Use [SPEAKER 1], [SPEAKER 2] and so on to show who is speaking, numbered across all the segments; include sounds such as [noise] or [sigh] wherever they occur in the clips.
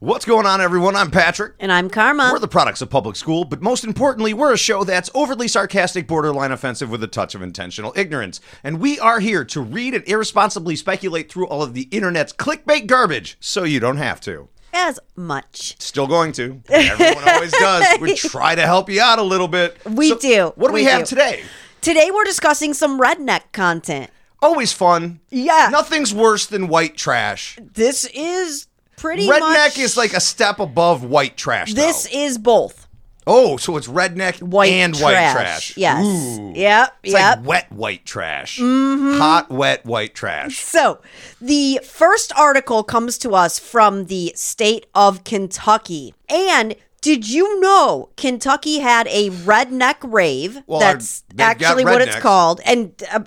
[SPEAKER 1] What's going on, everyone? I'm Patrick.
[SPEAKER 2] And I'm Karma.
[SPEAKER 1] We're the products of public school, but most importantly, we're a show that's overtly sarcastic, borderline offensive, with a touch of intentional ignorance. And we are here to read and irresponsibly speculate through all of the internet's clickbait garbage so you don't have to.
[SPEAKER 2] as much.
[SPEAKER 1] Still going
[SPEAKER 2] [laughs]
[SPEAKER 1] to. Everyone always does. We try to help you out a little bit.
[SPEAKER 2] We
[SPEAKER 1] So
[SPEAKER 2] do.
[SPEAKER 1] What do we,
[SPEAKER 2] We
[SPEAKER 1] have
[SPEAKER 2] do.
[SPEAKER 1] today?
[SPEAKER 2] Today we're discussing some redneck content.
[SPEAKER 1] Always fun.
[SPEAKER 2] Yeah.
[SPEAKER 1] Nothing's worse than white trash.
[SPEAKER 2] This is pretty
[SPEAKER 1] redneck
[SPEAKER 2] much
[SPEAKER 1] is like a step above white trash. though.
[SPEAKER 2] This is both
[SPEAKER 1] Oh, so it's redneck
[SPEAKER 2] white
[SPEAKER 1] and
[SPEAKER 2] trash.
[SPEAKER 1] white trash.
[SPEAKER 2] Yes.
[SPEAKER 1] Ooh.
[SPEAKER 2] Yep.
[SPEAKER 1] It's
[SPEAKER 2] yep.
[SPEAKER 1] like
[SPEAKER 2] Mm-hmm.
[SPEAKER 1] wet white trash. Hot wet white trash.
[SPEAKER 2] so, the first article comes to us from the state of Kentucky. And did you know Kentucky had a redneck rave?
[SPEAKER 1] Well, I-
[SPEAKER 2] That's
[SPEAKER 1] they've got
[SPEAKER 2] actually what it's
[SPEAKER 1] rednecks.
[SPEAKER 2] called. And uh,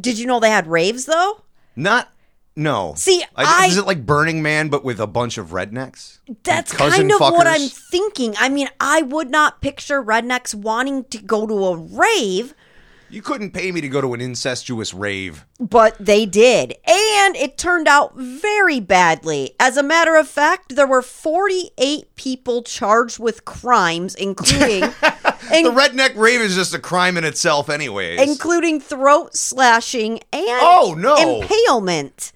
[SPEAKER 2] did you know they had raves though?
[SPEAKER 1] Not no.
[SPEAKER 2] See,
[SPEAKER 1] I,
[SPEAKER 2] I-
[SPEAKER 1] is it like Burning Man but with a bunch of rednecks?
[SPEAKER 2] That's
[SPEAKER 1] Cousin
[SPEAKER 2] kind of
[SPEAKER 1] fuckers?
[SPEAKER 2] what I'm thinking. I mean, I would not picture rednecks wanting to go to a rave,
[SPEAKER 1] You couldn't pay me to go to an incestuous rave.
[SPEAKER 2] but they did. And it turned out very badly. As a matter of fact, there were 48 people charged with crimes, including. in-
[SPEAKER 1] [laughs] The redneck rave is just a crime in itself, anyways.
[SPEAKER 2] Including throat slashing and
[SPEAKER 1] Oh, no.
[SPEAKER 2] impalement.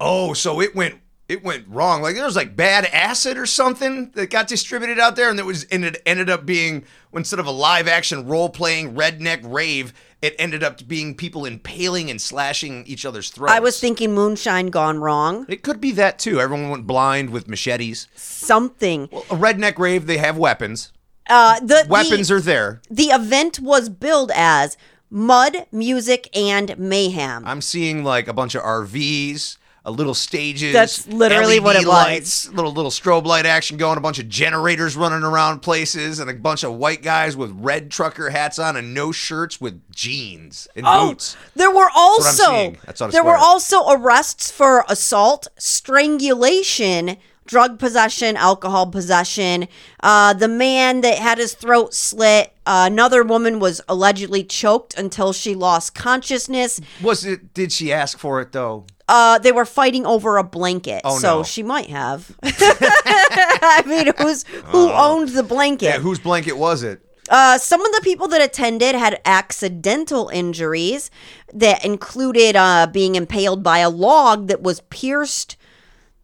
[SPEAKER 1] oh, so it went it went wrong. Like there was like bad acid or something that got distributed out there, and it was and it ended up being instead of a live action role playing redneck rave, it ended up being people impaling and slashing each other's throats.
[SPEAKER 2] I was thinking moonshine gone wrong.
[SPEAKER 1] It could be that too. Everyone went blind with machetes.
[SPEAKER 2] Something.
[SPEAKER 1] Well, a redneck rave, they have weapons.
[SPEAKER 2] Uh, the
[SPEAKER 1] Weapons
[SPEAKER 2] the,
[SPEAKER 1] are there.
[SPEAKER 2] the event was billed as Mud, Music, and Mayhem.
[SPEAKER 1] I'm seeing like a bunch of RVs, a little stages.
[SPEAKER 2] That's literally
[SPEAKER 1] LED
[SPEAKER 2] what it was.
[SPEAKER 1] lights, Little little strobe light action going, a bunch of generators running around places, and a bunch of white guys with red trucker hats on and no shirts with jeans and
[SPEAKER 2] Oh.
[SPEAKER 1] boots.
[SPEAKER 2] There were
[SPEAKER 1] what I'm
[SPEAKER 2] also
[SPEAKER 1] seeing. That's what I
[SPEAKER 2] there were
[SPEAKER 1] swear.
[SPEAKER 2] also arrests for assault, strangulation, drug possession, alcohol possession. Uh, the man that had his throat slit. Uh, another woman was allegedly choked until she lost consciousness.
[SPEAKER 1] Was it? Did she ask for it though?
[SPEAKER 2] Uh, they were fighting over a blanket,
[SPEAKER 1] Oh,
[SPEAKER 2] so
[SPEAKER 1] no.
[SPEAKER 2] she might have. [laughs] I mean, who's who owned the blanket?
[SPEAKER 1] Oh. Yeah, whose blanket was it?
[SPEAKER 2] Uh, some of the people that attended had accidental injuries that included uh, being impaled by a log that was pierced.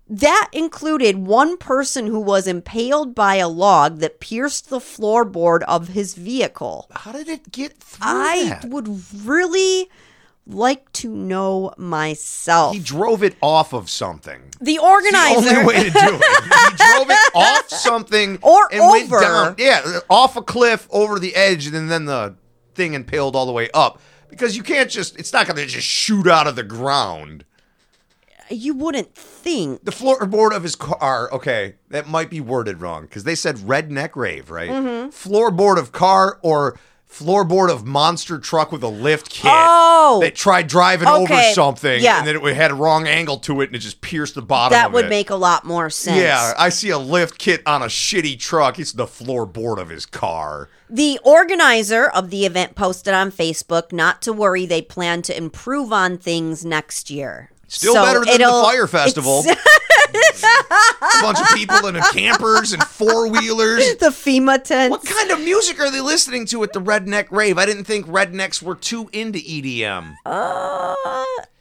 [SPEAKER 2] That included one person who was impaled by a log that pierced the floorboard of his vehicle.
[SPEAKER 1] How did it get through?
[SPEAKER 2] I
[SPEAKER 1] that?
[SPEAKER 2] would really like to know myself.
[SPEAKER 1] He drove it off of something.
[SPEAKER 2] the
[SPEAKER 1] the
[SPEAKER 2] organizer.
[SPEAKER 1] only way to do it.
[SPEAKER 2] [laughs]
[SPEAKER 1] He drove it off something
[SPEAKER 2] Or
[SPEAKER 1] and
[SPEAKER 2] over.
[SPEAKER 1] Went down. Yeah, off a cliff, over the edge, and then the thing impaled all the way up. Because you can't just, it's not going to just shoot out of the ground.
[SPEAKER 2] you wouldn't think.
[SPEAKER 1] The floorboard of his car, okay, that might be worded wrong because they said redneck rave, right?
[SPEAKER 2] Mm-hmm.
[SPEAKER 1] Floorboard of car or floorboard of monster truck with a lift kit.
[SPEAKER 2] Oh.
[SPEAKER 1] That tried driving over
[SPEAKER 2] Okay,
[SPEAKER 1] something
[SPEAKER 2] yeah.
[SPEAKER 1] and then it had a wrong angle to it and it just pierced the bottom
[SPEAKER 2] That
[SPEAKER 1] of
[SPEAKER 2] would
[SPEAKER 1] it.
[SPEAKER 2] make a lot more sense.
[SPEAKER 1] Yeah, I see a lift kit on a shitty truck. It's the floorboard of his car.
[SPEAKER 2] The organizer of the event posted on Facebook not to worry, they plan to improve on things next year.
[SPEAKER 1] Still
[SPEAKER 2] So
[SPEAKER 1] better than the
[SPEAKER 2] it'll-
[SPEAKER 1] fire
[SPEAKER 2] [laughs]
[SPEAKER 1] festival. a bunch of people in campers and four wheelers.
[SPEAKER 2] The FEMA tent.
[SPEAKER 1] What kind of music are they listening to at the redneck rave? I didn't think rednecks were too into EDM.
[SPEAKER 2] Uh, I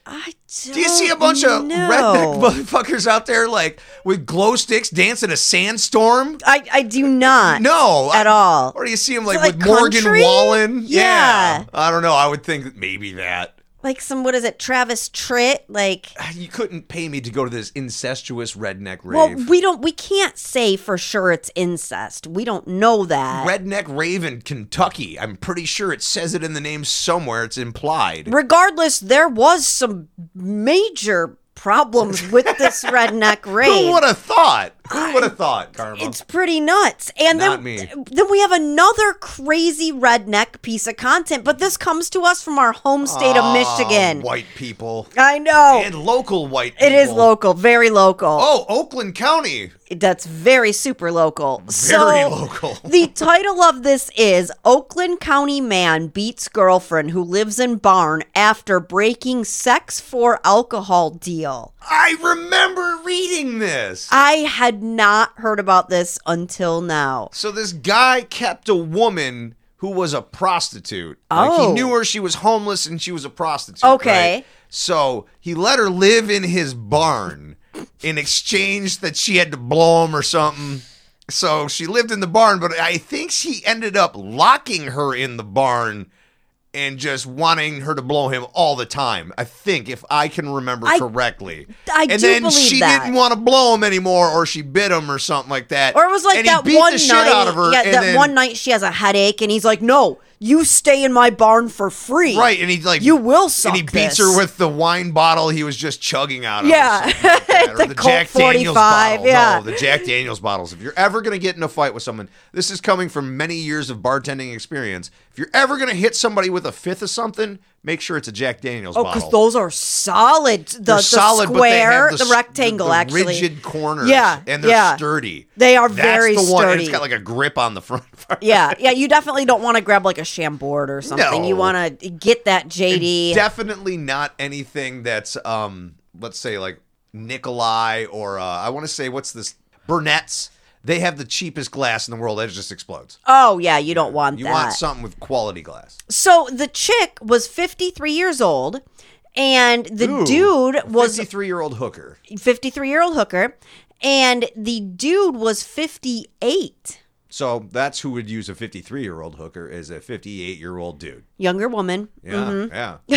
[SPEAKER 2] don't
[SPEAKER 1] Do you see a bunch of
[SPEAKER 2] know.
[SPEAKER 1] redneck [laughs] motherfuckers out there like with glow sticks dancing a sandstorm?
[SPEAKER 2] I, I do not.
[SPEAKER 1] No,
[SPEAKER 2] At
[SPEAKER 1] I-
[SPEAKER 2] all.
[SPEAKER 1] Or do you see him like,
[SPEAKER 2] like
[SPEAKER 1] with Morgan
[SPEAKER 2] country?
[SPEAKER 1] Wallen?
[SPEAKER 2] Yeah.
[SPEAKER 1] I don't know. I would think that maybe that. [sighs]
[SPEAKER 2] Like some, what is it, Travis Tritt? Like,
[SPEAKER 1] You couldn't pay me to go to this incestuous redneck
[SPEAKER 2] well,
[SPEAKER 1] rave.
[SPEAKER 2] we don't, we can't say for sure it's incest. We don't know that.
[SPEAKER 1] redneck rave in Kentucky. I'm pretty sure it says it in the name somewhere. It's implied.
[SPEAKER 2] Regardless, there was some major problems with
[SPEAKER 1] [laughs]
[SPEAKER 2] this redneck rave.
[SPEAKER 1] Who would have thought? Who would have thought, Karma?
[SPEAKER 2] It's pretty nuts. And
[SPEAKER 1] Not
[SPEAKER 2] then,
[SPEAKER 1] me.
[SPEAKER 2] then we have another crazy redneck piece of content, but this comes to us from our home state of Michigan.
[SPEAKER 1] Um, White people
[SPEAKER 2] I know.
[SPEAKER 1] Ah, and local white.
[SPEAKER 2] It is
[SPEAKER 1] people.
[SPEAKER 2] local, very local.
[SPEAKER 1] Oh, Oakland County.
[SPEAKER 2] That's very super local.
[SPEAKER 1] Very
[SPEAKER 2] So,
[SPEAKER 1] local.
[SPEAKER 2] [laughs] the title of this is Oakland County Man Beats Girlfriend Who Lives in Barn After Breaking Sex for Alcohol Deal.
[SPEAKER 1] I remember reading this.
[SPEAKER 2] I had not heard about this until now.
[SPEAKER 1] So this guy kept a woman who was a prostitute. Like
[SPEAKER 2] Oh.
[SPEAKER 1] he knew her, she was homeless and she was a prostitute.
[SPEAKER 2] Okay.
[SPEAKER 1] right? So he let her live in his barn in exchange that she had to blow him or something. So she lived in the barn, but I think she ended up locking her in the barn and just wanting her to blow him all the time. I think, if I can remember
[SPEAKER 2] I-
[SPEAKER 1] correctly.
[SPEAKER 2] I
[SPEAKER 1] and
[SPEAKER 2] do
[SPEAKER 1] then
[SPEAKER 2] believe
[SPEAKER 1] she
[SPEAKER 2] that.
[SPEAKER 1] didn't want to blow him anymore, or she bit him or something like that.
[SPEAKER 2] Or it was like
[SPEAKER 1] And he
[SPEAKER 2] that
[SPEAKER 1] beat
[SPEAKER 2] one
[SPEAKER 1] the shit
[SPEAKER 2] night.
[SPEAKER 1] out of her,
[SPEAKER 2] yeah,
[SPEAKER 1] and
[SPEAKER 2] that
[SPEAKER 1] then-
[SPEAKER 2] one night she has a headache, and he's like, "No, you stay in my barn for free."
[SPEAKER 1] right? And he like
[SPEAKER 2] You will suck.
[SPEAKER 1] and he beats
[SPEAKER 2] this.
[SPEAKER 1] her with the wine bottle he was just chugging out of. or
[SPEAKER 2] Yeah.
[SPEAKER 1] something like
[SPEAKER 2] [laughs]
[SPEAKER 1] that, or
[SPEAKER 2] The Colt 45,
[SPEAKER 1] bottle.
[SPEAKER 2] yeah.
[SPEAKER 1] No, the Jack Daniels bottles. If you're ever gonna get in a fight with someone, this is coming from many years of bartending experience. If you're ever gonna hit somebody with a fifth of something, make sure it's a Jack Daniels
[SPEAKER 2] Oh, because
[SPEAKER 1] bottle.
[SPEAKER 2] those are solid. The,
[SPEAKER 1] They're
[SPEAKER 2] the
[SPEAKER 1] solid, but they
[SPEAKER 2] square,
[SPEAKER 1] have
[SPEAKER 2] the,
[SPEAKER 1] the, s-
[SPEAKER 2] rectangle,
[SPEAKER 1] the, the
[SPEAKER 2] actually.
[SPEAKER 1] rigid corners,
[SPEAKER 2] Yeah,
[SPEAKER 1] and they're
[SPEAKER 2] yeah.
[SPEAKER 1] sturdy.
[SPEAKER 2] They are
[SPEAKER 1] That's
[SPEAKER 2] very
[SPEAKER 1] the one, and
[SPEAKER 2] sturdy.
[SPEAKER 1] It's got like a grip on the front [laughs] part.
[SPEAKER 2] Yeah, yeah. You definitely don't want to grab like a shambord or something. You
[SPEAKER 1] No.
[SPEAKER 2] want to get that JD.
[SPEAKER 1] definitely not anything that's um let's say like Nikolai or uh, I want to say what's this Burnett's. They have the cheapest glass in the world that just explodes.
[SPEAKER 2] oh yeah, you don't want
[SPEAKER 1] You
[SPEAKER 2] that.
[SPEAKER 1] want something with quality glass.
[SPEAKER 2] so the chick was 53 years old, and the dude was
[SPEAKER 1] Fifty-three year old hooker.
[SPEAKER 2] 53 year old hooker, and the dude was 58.
[SPEAKER 1] So that's who would use a fifty-three year old hooker is a fifty-eight year old dude.
[SPEAKER 2] Younger woman.
[SPEAKER 1] Yeah,
[SPEAKER 2] Mm-hmm.
[SPEAKER 1] yeah.
[SPEAKER 2] [laughs]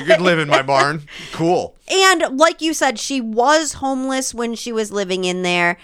[SPEAKER 1] you could live in my barn. Cool.
[SPEAKER 2] And like you said, she was homeless when she was living in there.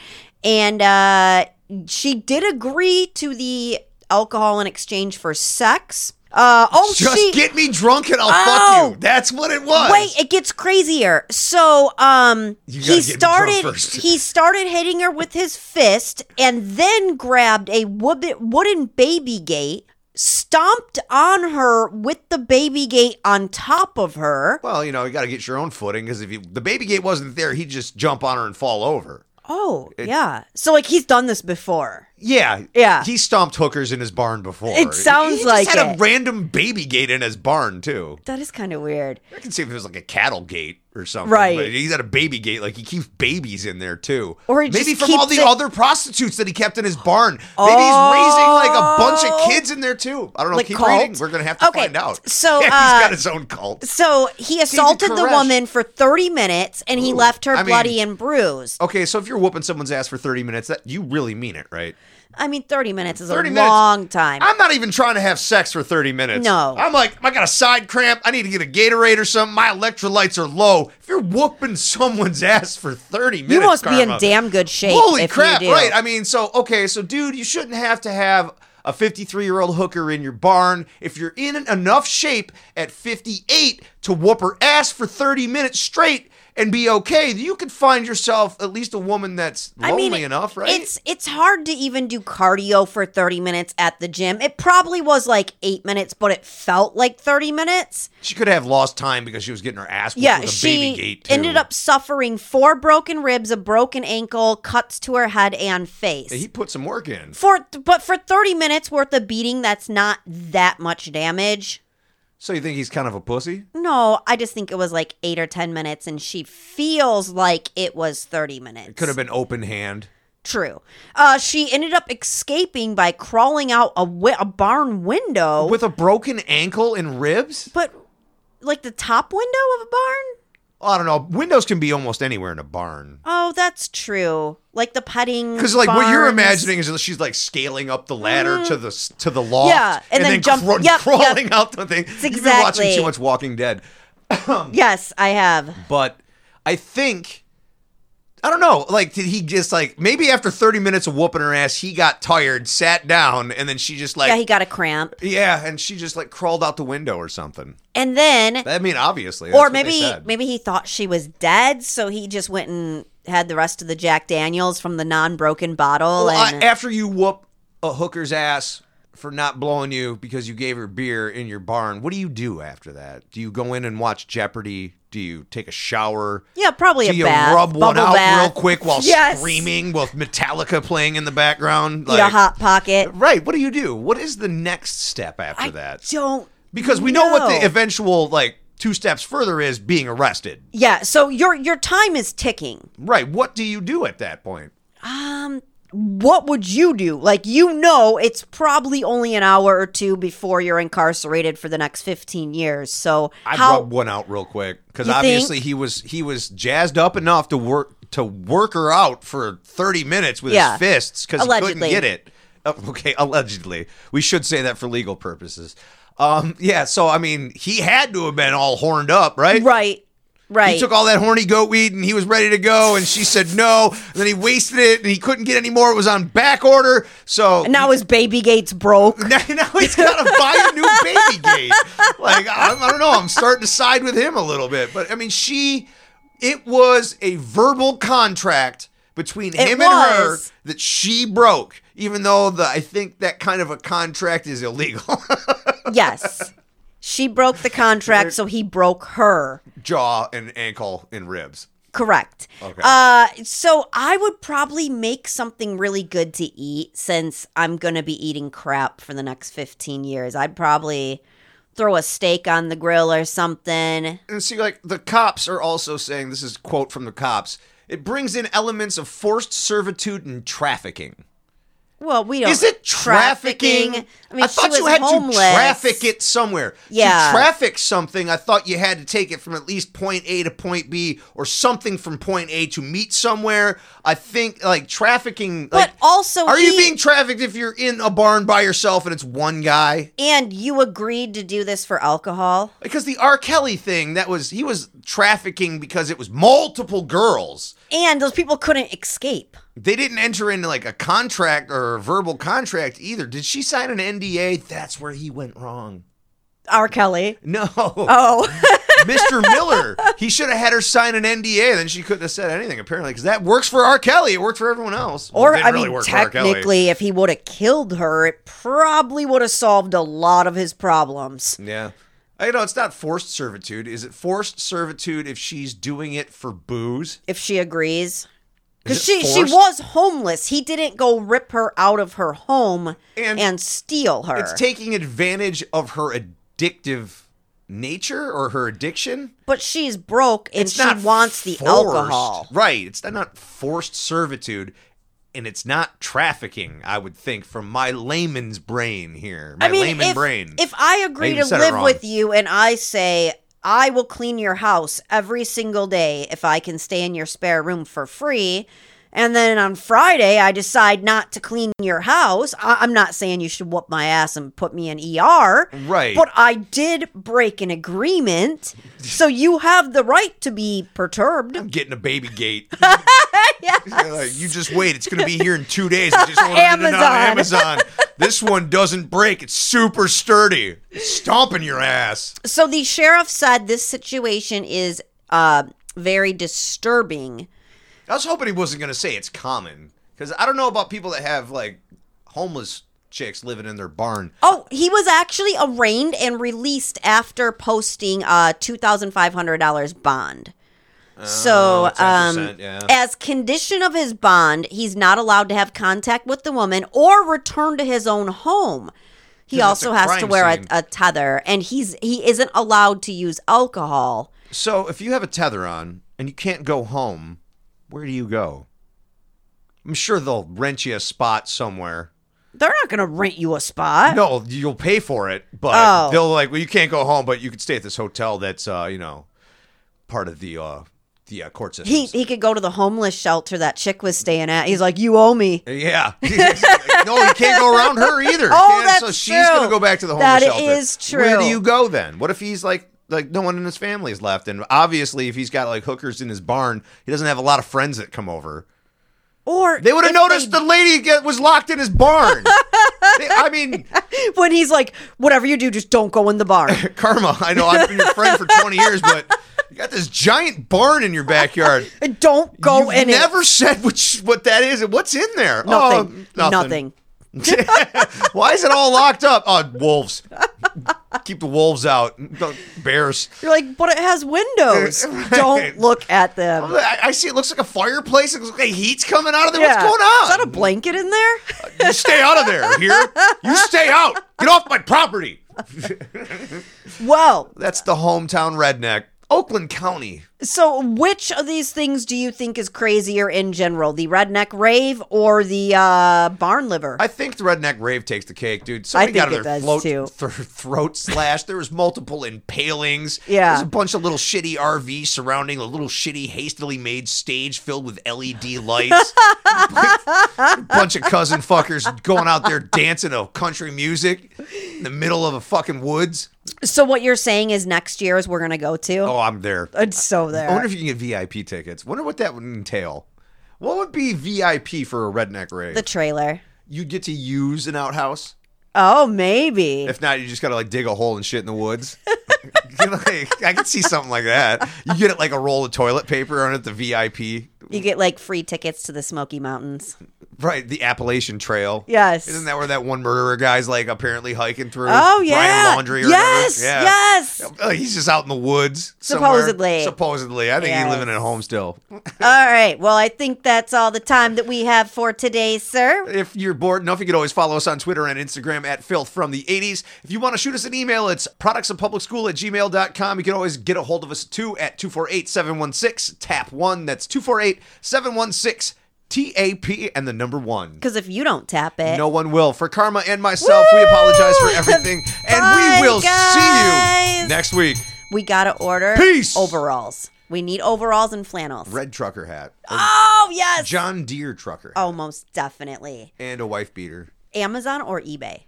[SPEAKER 2] And uh, she did agree to the alcohol in exchange for sex. Uh, oh,
[SPEAKER 1] Just
[SPEAKER 2] she,
[SPEAKER 1] get me drunk and I'll
[SPEAKER 2] Oh!
[SPEAKER 1] fuck you. That's what it was.
[SPEAKER 2] Wait, it gets crazier. So, um,
[SPEAKER 1] You
[SPEAKER 2] he
[SPEAKER 1] gotta get me drunk
[SPEAKER 2] started
[SPEAKER 1] first.
[SPEAKER 2] he started hitting her with his fist, and then grabbed a wooden wooden baby gate, stomped on her with the baby gate on top of her.
[SPEAKER 1] Well, you know, you got to get your own footing because if you, the baby gate wasn't there, he'd just jump on her and fall over.
[SPEAKER 2] Oh, yeah. So, like, he's done this before.
[SPEAKER 1] Yeah,
[SPEAKER 2] Yeah.
[SPEAKER 1] He stomped hookers in his barn before.
[SPEAKER 2] It sounds
[SPEAKER 1] he just
[SPEAKER 2] like
[SPEAKER 1] had
[SPEAKER 2] it.
[SPEAKER 1] a random baby gate in his barn too.
[SPEAKER 2] That is kind of weird.
[SPEAKER 1] I can see if it was like a cattle gate or something.
[SPEAKER 2] Right.
[SPEAKER 1] But he's had a baby gate. Like he keeps babies in there too.
[SPEAKER 2] Or he
[SPEAKER 1] maybe
[SPEAKER 2] just
[SPEAKER 1] from all
[SPEAKER 2] keeps
[SPEAKER 1] the
[SPEAKER 2] it-
[SPEAKER 1] other prostitutes that he kept in his barn. Maybe he's raising like a bunch
[SPEAKER 2] Oh.
[SPEAKER 1] of kids in there too. I don't know.
[SPEAKER 2] Like
[SPEAKER 1] Keep
[SPEAKER 2] cult?
[SPEAKER 1] reading. We're gonna have to
[SPEAKER 2] Okay,
[SPEAKER 1] find out.
[SPEAKER 2] so,
[SPEAKER 1] [laughs] yeah,
[SPEAKER 2] uh,
[SPEAKER 1] he's got his own cult.
[SPEAKER 2] So he assaulted the
[SPEAKER 1] Koresh.
[SPEAKER 2] woman for 30 minutes and he left her
[SPEAKER 1] I mean-
[SPEAKER 2] bloody and bruised.
[SPEAKER 1] Okay, so if you're whooping someone's ass for 30 minutes, that you really mean it, right?
[SPEAKER 2] I mean, 30 minutes is
[SPEAKER 1] 30
[SPEAKER 2] a
[SPEAKER 1] minutes.
[SPEAKER 2] long time.
[SPEAKER 1] I'm not even trying to have sex for 30 minutes.
[SPEAKER 2] No.
[SPEAKER 1] I'm like, I got a side cramp. I need to get a Gatorade or something. My electrolytes are low. If you're whooping [laughs] someone's ass for 30 minutes,
[SPEAKER 2] you must be in
[SPEAKER 1] Karma,
[SPEAKER 2] damn good shape.
[SPEAKER 1] Holy
[SPEAKER 2] if
[SPEAKER 1] crap,
[SPEAKER 2] you do.
[SPEAKER 1] right. I mean, so, okay, so dude, you shouldn't have to have a 53 year old hooker in your barn. If you're in enough shape at 58 to whoop her ass for 30 minutes straight and be okay, you could find yourself at least a woman that's
[SPEAKER 2] I
[SPEAKER 1] lonely
[SPEAKER 2] mean,
[SPEAKER 1] enough, right?
[SPEAKER 2] It's it's hard to even do cardio for 30 minutes at the gym. It probably was like 8 minutes, but it felt like 30 minutes.
[SPEAKER 1] She could have lost time because she was getting her ass whooped
[SPEAKER 2] Yeah,
[SPEAKER 1] with a
[SPEAKER 2] she
[SPEAKER 1] baby gate. Too.
[SPEAKER 2] ended up suffering four broken ribs, a broken ankle, cuts to her head and face.
[SPEAKER 1] He put some work in.
[SPEAKER 2] for but for 30 minutes worth of beating that's not that much damage
[SPEAKER 1] So you think he's kind of a pussy?
[SPEAKER 2] no i just think it was like 8 or 10 minutes and she feels like it was 30 minutes
[SPEAKER 1] Could have been open hand.
[SPEAKER 2] true uh she ended up escaping by crawling out a, wi- a barn window
[SPEAKER 1] With a broken ankle and ribs?
[SPEAKER 2] but like the top window of a barn
[SPEAKER 1] I don't know. Windows can be almost anywhere in a barn.
[SPEAKER 2] oh that's true like the petting
[SPEAKER 1] Because like what you're
[SPEAKER 2] barns. Mm.
[SPEAKER 1] imagining is that she's like scaling up the ladder to the s- to the loft,
[SPEAKER 2] Yeah, and then jump-
[SPEAKER 1] craw-
[SPEAKER 2] yep,
[SPEAKER 1] crawling
[SPEAKER 2] yep.
[SPEAKER 1] out the thing. You've been watching
[SPEAKER 2] exactly-
[SPEAKER 1] too much Walking Dead.
[SPEAKER 2] yes i have
[SPEAKER 1] but I think I don't know. Like, did he just like maybe after thirty minutes of whooping her ass, he got tired, sat down, and then she just like
[SPEAKER 2] yeah he got a cramp
[SPEAKER 1] yeah, and she just like crawled out the window or something.
[SPEAKER 2] and then
[SPEAKER 1] I mean, obviously, that's
[SPEAKER 2] or
[SPEAKER 1] what they
[SPEAKER 2] maybe
[SPEAKER 1] said.
[SPEAKER 2] maybe he thought she was dead, so he just went and had the rest of the Jack Daniels from the non-broken bottle.
[SPEAKER 1] Well, I-
[SPEAKER 2] and
[SPEAKER 1] after you whoop a hooker's ass for not blowing you because you gave her beer in your barn, what do you do after that? Do you go in and watch Jeopardy? Do you take a shower?
[SPEAKER 2] Yeah, probably
[SPEAKER 1] Do
[SPEAKER 2] a
[SPEAKER 1] you
[SPEAKER 2] bath,
[SPEAKER 1] rub one
[SPEAKER 2] bubble
[SPEAKER 1] out
[SPEAKER 2] bath.
[SPEAKER 1] real quick while
[SPEAKER 2] Yes.
[SPEAKER 1] screaming with Metallica playing in the background?
[SPEAKER 2] Eat a hot pocket.
[SPEAKER 1] right. What do you do? What is the next step after that?
[SPEAKER 2] Don't
[SPEAKER 1] because we know what
[SPEAKER 2] know.
[SPEAKER 1] the eventual like two steps further is being arrested
[SPEAKER 2] Yeah, so your your time is ticking.
[SPEAKER 1] right what do you do at that point
[SPEAKER 2] Um what would you do? Like you know it's probably only an hour or two before you're incarcerated for the next 15 years. So
[SPEAKER 1] i
[SPEAKER 2] how
[SPEAKER 1] rubbed one out real quick because
[SPEAKER 2] You
[SPEAKER 1] obviously
[SPEAKER 2] think?
[SPEAKER 1] he was he was jazzed up enough to work to work her out for 30 minutes with
[SPEAKER 2] Yeah.
[SPEAKER 1] his fists because he couldn't
[SPEAKER 2] Allegedly.
[SPEAKER 1] get it Uh, okay allegedly we should say that for legal purposes um yeah so i mean he had to have been all horned up right
[SPEAKER 2] Right. Right.
[SPEAKER 1] He took all that horny goat weed and he was ready to go, and she said no. And then he wasted it and he couldn't get any more. It was on back order. So
[SPEAKER 2] and now his baby
[SPEAKER 1] [laughs]
[SPEAKER 2] gates broke.
[SPEAKER 1] now, now he's got to buy a new baby gate. Like I, I don't know, I'm starting to side with him a little bit. But I mean, she, it was a verbal contract between him and her
[SPEAKER 2] was.
[SPEAKER 1] that she broke. Even though the I think that kind of a contract is illegal. [laughs]
[SPEAKER 2] yes. She broke the contract so he broke her.
[SPEAKER 1] Jaw and ankle and ribs.
[SPEAKER 2] Correct.
[SPEAKER 1] Okay.
[SPEAKER 2] Uh, so I would probably make something really good to eat since I'm gonna be eating crap for the next 15 years. I'd probably throw a steak on the grill or something.
[SPEAKER 1] and see like the cops are also saying this is quote from the cops it brings in elements of forced servitude and trafficking
[SPEAKER 2] Well, we don't.
[SPEAKER 1] is it trafficking,
[SPEAKER 2] I mean, she
[SPEAKER 1] thought
[SPEAKER 2] was
[SPEAKER 1] you had
[SPEAKER 2] homeless.
[SPEAKER 1] to traffic it somewhere
[SPEAKER 2] Yeah.
[SPEAKER 1] to traffic something i thought you had to take it from at least point a to point b or something from point a to meet somewhere i think like trafficking
[SPEAKER 2] But
[SPEAKER 1] like,
[SPEAKER 2] also,
[SPEAKER 1] are you
[SPEAKER 2] he-
[SPEAKER 1] being trafficked if you're in a barn by yourself and it's one guy
[SPEAKER 2] And you agreed to do this for alcohol.
[SPEAKER 1] because the r kelly thing that was he was trafficking because it was multiple girls
[SPEAKER 2] And those people couldn't escape.
[SPEAKER 1] They didn't enter into like a contract or a verbal contract either. Did she sign an NDA? That's where he went wrong.
[SPEAKER 2] R. Kelly.
[SPEAKER 1] No. [laughs]
[SPEAKER 2] Oh. [laughs]
[SPEAKER 1] Mr. Miller, he should have had her sign an NDA, then she couldn't have said anything, apparently, because that works for R. Kelly. It worked for everyone else. Well,
[SPEAKER 2] Or
[SPEAKER 1] it didn't
[SPEAKER 2] I
[SPEAKER 1] really
[SPEAKER 2] mean,
[SPEAKER 1] work for R. Kelly.
[SPEAKER 2] technically, if he would have killed her, it probably would have solved a lot of his problems.
[SPEAKER 1] Yeah. I know it's not forced servitude. Is it forced servitude if she's doing it for booze?
[SPEAKER 2] If she
[SPEAKER 1] Is
[SPEAKER 2] agrees, because
[SPEAKER 1] it
[SPEAKER 2] she she
[SPEAKER 1] forced?
[SPEAKER 2] was homeless, he didn't go rip her out of her home
[SPEAKER 1] And
[SPEAKER 2] and, steal her.
[SPEAKER 1] It's taking advantage of her addictive nature or her addiction.
[SPEAKER 2] but she's broke and
[SPEAKER 1] It's
[SPEAKER 2] she wants the
[SPEAKER 1] forced.
[SPEAKER 2] alcohol.
[SPEAKER 1] Right. It's not forced servitude. And it's not trafficking, I would think, from my layman's brain here. My
[SPEAKER 2] I mean,
[SPEAKER 1] layman
[SPEAKER 2] if,
[SPEAKER 1] brain.
[SPEAKER 2] if I agree
[SPEAKER 1] even
[SPEAKER 2] to
[SPEAKER 1] said it
[SPEAKER 2] live
[SPEAKER 1] wrong.
[SPEAKER 2] with you and I say I will clean your house every single day if I can stay in your spare room for free, and then on Friday I decide not to clean your house, I- I'm not saying you should whoop my ass and put me in ER.
[SPEAKER 1] Right.
[SPEAKER 2] But I did break an agreement, so you have the right to be perturbed.
[SPEAKER 1] I'm getting a baby
[SPEAKER 2] [laughs]
[SPEAKER 1] gate.
[SPEAKER 2] yeah.
[SPEAKER 1] Like, you just wait. It's going to be here in two days. I just ordered it on
[SPEAKER 2] Amazon.
[SPEAKER 1] [laughs] Amazon. This one doesn't break. It's super sturdy. Stomping your ass.
[SPEAKER 2] So the sheriff said this situation is uh, very disturbing.
[SPEAKER 1] I was hoping he wasn't going to say it's common. Because I don't know about people that have, like, homeless chicks living in their barn.
[SPEAKER 2] Oh, he was actually arraigned and released after posting a two thousand five hundred dollars bond. So,
[SPEAKER 1] that's
[SPEAKER 2] um,
[SPEAKER 1] 10%, Oh, yeah.
[SPEAKER 2] as condition of his bond, he's not allowed to have contact with the woman or return to his own home. He
[SPEAKER 1] 'Cause it's
[SPEAKER 2] also
[SPEAKER 1] a
[SPEAKER 2] has to
[SPEAKER 1] crime
[SPEAKER 2] wear a,
[SPEAKER 1] scene.
[SPEAKER 2] a tether, and he's he isn't allowed to use alcohol.
[SPEAKER 1] So if you have a tether on and you can't go home, where do you go? I'm sure they'll rent you a spot somewhere.
[SPEAKER 2] They're not going to rent you a spot.
[SPEAKER 1] No, you'll pay for it, but
[SPEAKER 2] Oh.
[SPEAKER 1] they'll like, well, you can't go home, but you can stay at this hotel that's, uh, you know, part of the uh, the uh, court system.
[SPEAKER 2] [laughs] He he could go to the homeless shelter that chick was staying at. He's like, "You owe me."
[SPEAKER 1] yeah. [laughs] no, you can't go around her either.
[SPEAKER 2] Oh,
[SPEAKER 1] Can't- so
[SPEAKER 2] that's
[SPEAKER 1] she's gonna
[SPEAKER 2] true.
[SPEAKER 1] go back to the homeless
[SPEAKER 2] That
[SPEAKER 1] shelter.
[SPEAKER 2] is true.
[SPEAKER 1] Where do you go then? What if he's like like no one in his family is left, and obviously if he's got like hookers in his barn, he doesn't have a lot of friends that come over.
[SPEAKER 2] Or
[SPEAKER 1] They would have
[SPEAKER 2] if
[SPEAKER 1] noticed the lady get, was locked in his
[SPEAKER 2] [laughs]
[SPEAKER 1] barn. They- I mean, [laughs]
[SPEAKER 2] when he's like, "Whatever you do, just don't go in the barn."
[SPEAKER 1] karma. I know I've been your friend for 20 years, but you got this giant barn in your backyard.
[SPEAKER 2] And Don't [laughs] go
[SPEAKER 1] You've
[SPEAKER 2] in
[SPEAKER 1] never
[SPEAKER 2] it.
[SPEAKER 1] said which, what that is and what's in there.
[SPEAKER 2] Nothing.
[SPEAKER 1] Oh,
[SPEAKER 2] nothing.
[SPEAKER 1] [laughs] Why is it all locked up? Oh, wolves. Keep the wolves out. Bears.
[SPEAKER 2] You're like, but it has windows.
[SPEAKER 1] [laughs] Right.
[SPEAKER 2] Don't look at them.
[SPEAKER 1] I, I see it looks like a fireplace. It looks like heat's coming out of there.
[SPEAKER 2] Yeah.
[SPEAKER 1] What's going on?
[SPEAKER 2] Is that a blanket in there?
[SPEAKER 1] You stay out of there, here. You stay out. Get off my property.
[SPEAKER 2] Well,
[SPEAKER 1] That's the hometown redneck. Oakland County.
[SPEAKER 2] so which of these things do you think is crazier in general? The redneck rave or the uh, barn liver?
[SPEAKER 1] I think the redneck rave takes the cake, dude. Somebody
[SPEAKER 2] think
[SPEAKER 1] got
[SPEAKER 2] it
[SPEAKER 1] their
[SPEAKER 2] does,
[SPEAKER 1] throat,
[SPEAKER 2] too.
[SPEAKER 1] [laughs] th- throat slashed. There was multiple impalings.
[SPEAKER 2] Yeah.
[SPEAKER 1] There's a bunch of little shitty RVs surrounding a little shitty, hastily made stage filled with LED
[SPEAKER 2] [laughs]
[SPEAKER 1] lights. bunch of cousin fuckers going out there dancing to country music in the middle of a fucking woods.
[SPEAKER 2] so what you're saying is next year is we're gonna go to?
[SPEAKER 1] Oh, I'm there.
[SPEAKER 2] it's so
[SPEAKER 1] I
[SPEAKER 2] there.
[SPEAKER 1] wonder if you can get VIP tickets. Wonder what that would entail. What would be VIP for a redneck rave?
[SPEAKER 2] the trailer.
[SPEAKER 1] You'd get to use an outhouse.
[SPEAKER 2] Oh, maybe.
[SPEAKER 1] If not, you just gotta like dig a hole and shit in the woods. [laughs] You know, like, I could see something like that. You get it like a roll of toilet paper on it, the VIP,
[SPEAKER 2] you get like free tickets to the Smoky Mountains.
[SPEAKER 1] right? The Appalachian Trail.
[SPEAKER 2] Yes.
[SPEAKER 1] Isn't that where that one murderer guy's like apparently hiking through?
[SPEAKER 2] Oh yeah.
[SPEAKER 1] Brian Laundry or
[SPEAKER 2] yes.
[SPEAKER 1] whatever?
[SPEAKER 2] Yes.
[SPEAKER 1] Uh, He's just out in the woods. somewhere.
[SPEAKER 2] Supposedly.
[SPEAKER 1] Supposedly. I think he's
[SPEAKER 2] Yes.
[SPEAKER 1] living at home still.
[SPEAKER 2] All right. Well, I think that's all the time that we have for today, sir.
[SPEAKER 1] If you're bored enough, you can always follow us on Twitter and Instagram at filth from the 80s. If you want to shoot us an email, it's products of public school at gmail.com. You can always get a hold of us too at 248 716 TAP 1. That's 248 716 TAP and the number one.
[SPEAKER 2] Because if you don't tap it,
[SPEAKER 1] No one will. For Karma and myself, we apologize for
[SPEAKER 2] [laughs]
[SPEAKER 1] everything. And
[SPEAKER 2] Bye,
[SPEAKER 1] we will see
[SPEAKER 2] guys.
[SPEAKER 1] you next week.
[SPEAKER 2] we gotta order
[SPEAKER 1] Peace.
[SPEAKER 2] overalls. We need overalls and flannels.
[SPEAKER 1] Red trucker hat, a
[SPEAKER 2] Oh yes.
[SPEAKER 1] John Deere trucker, hat,
[SPEAKER 2] Oh, most definitely.
[SPEAKER 1] and a wife beater.
[SPEAKER 2] Amazon or eBay.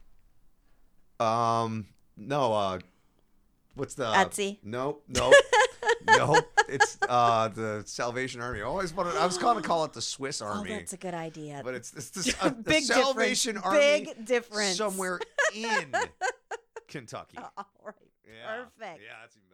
[SPEAKER 1] Um, no. Uh, what's the
[SPEAKER 2] Etsy?
[SPEAKER 1] No,
[SPEAKER 2] [laughs]
[SPEAKER 1] no, no. It's uh the Salvation Army. I always wanted. I was gonna call it the Swiss
[SPEAKER 2] Oh,
[SPEAKER 1] Army,
[SPEAKER 2] that's a good idea.
[SPEAKER 1] but it's it's
[SPEAKER 2] [laughs]
[SPEAKER 1] the, uh, the
[SPEAKER 2] Big difference.
[SPEAKER 1] Salvation Army.
[SPEAKER 2] Big difference.
[SPEAKER 1] Somewhere in Kentucky.
[SPEAKER 2] [laughs] All right.
[SPEAKER 1] Yeah.
[SPEAKER 2] Perfect.
[SPEAKER 1] Yeah, that's even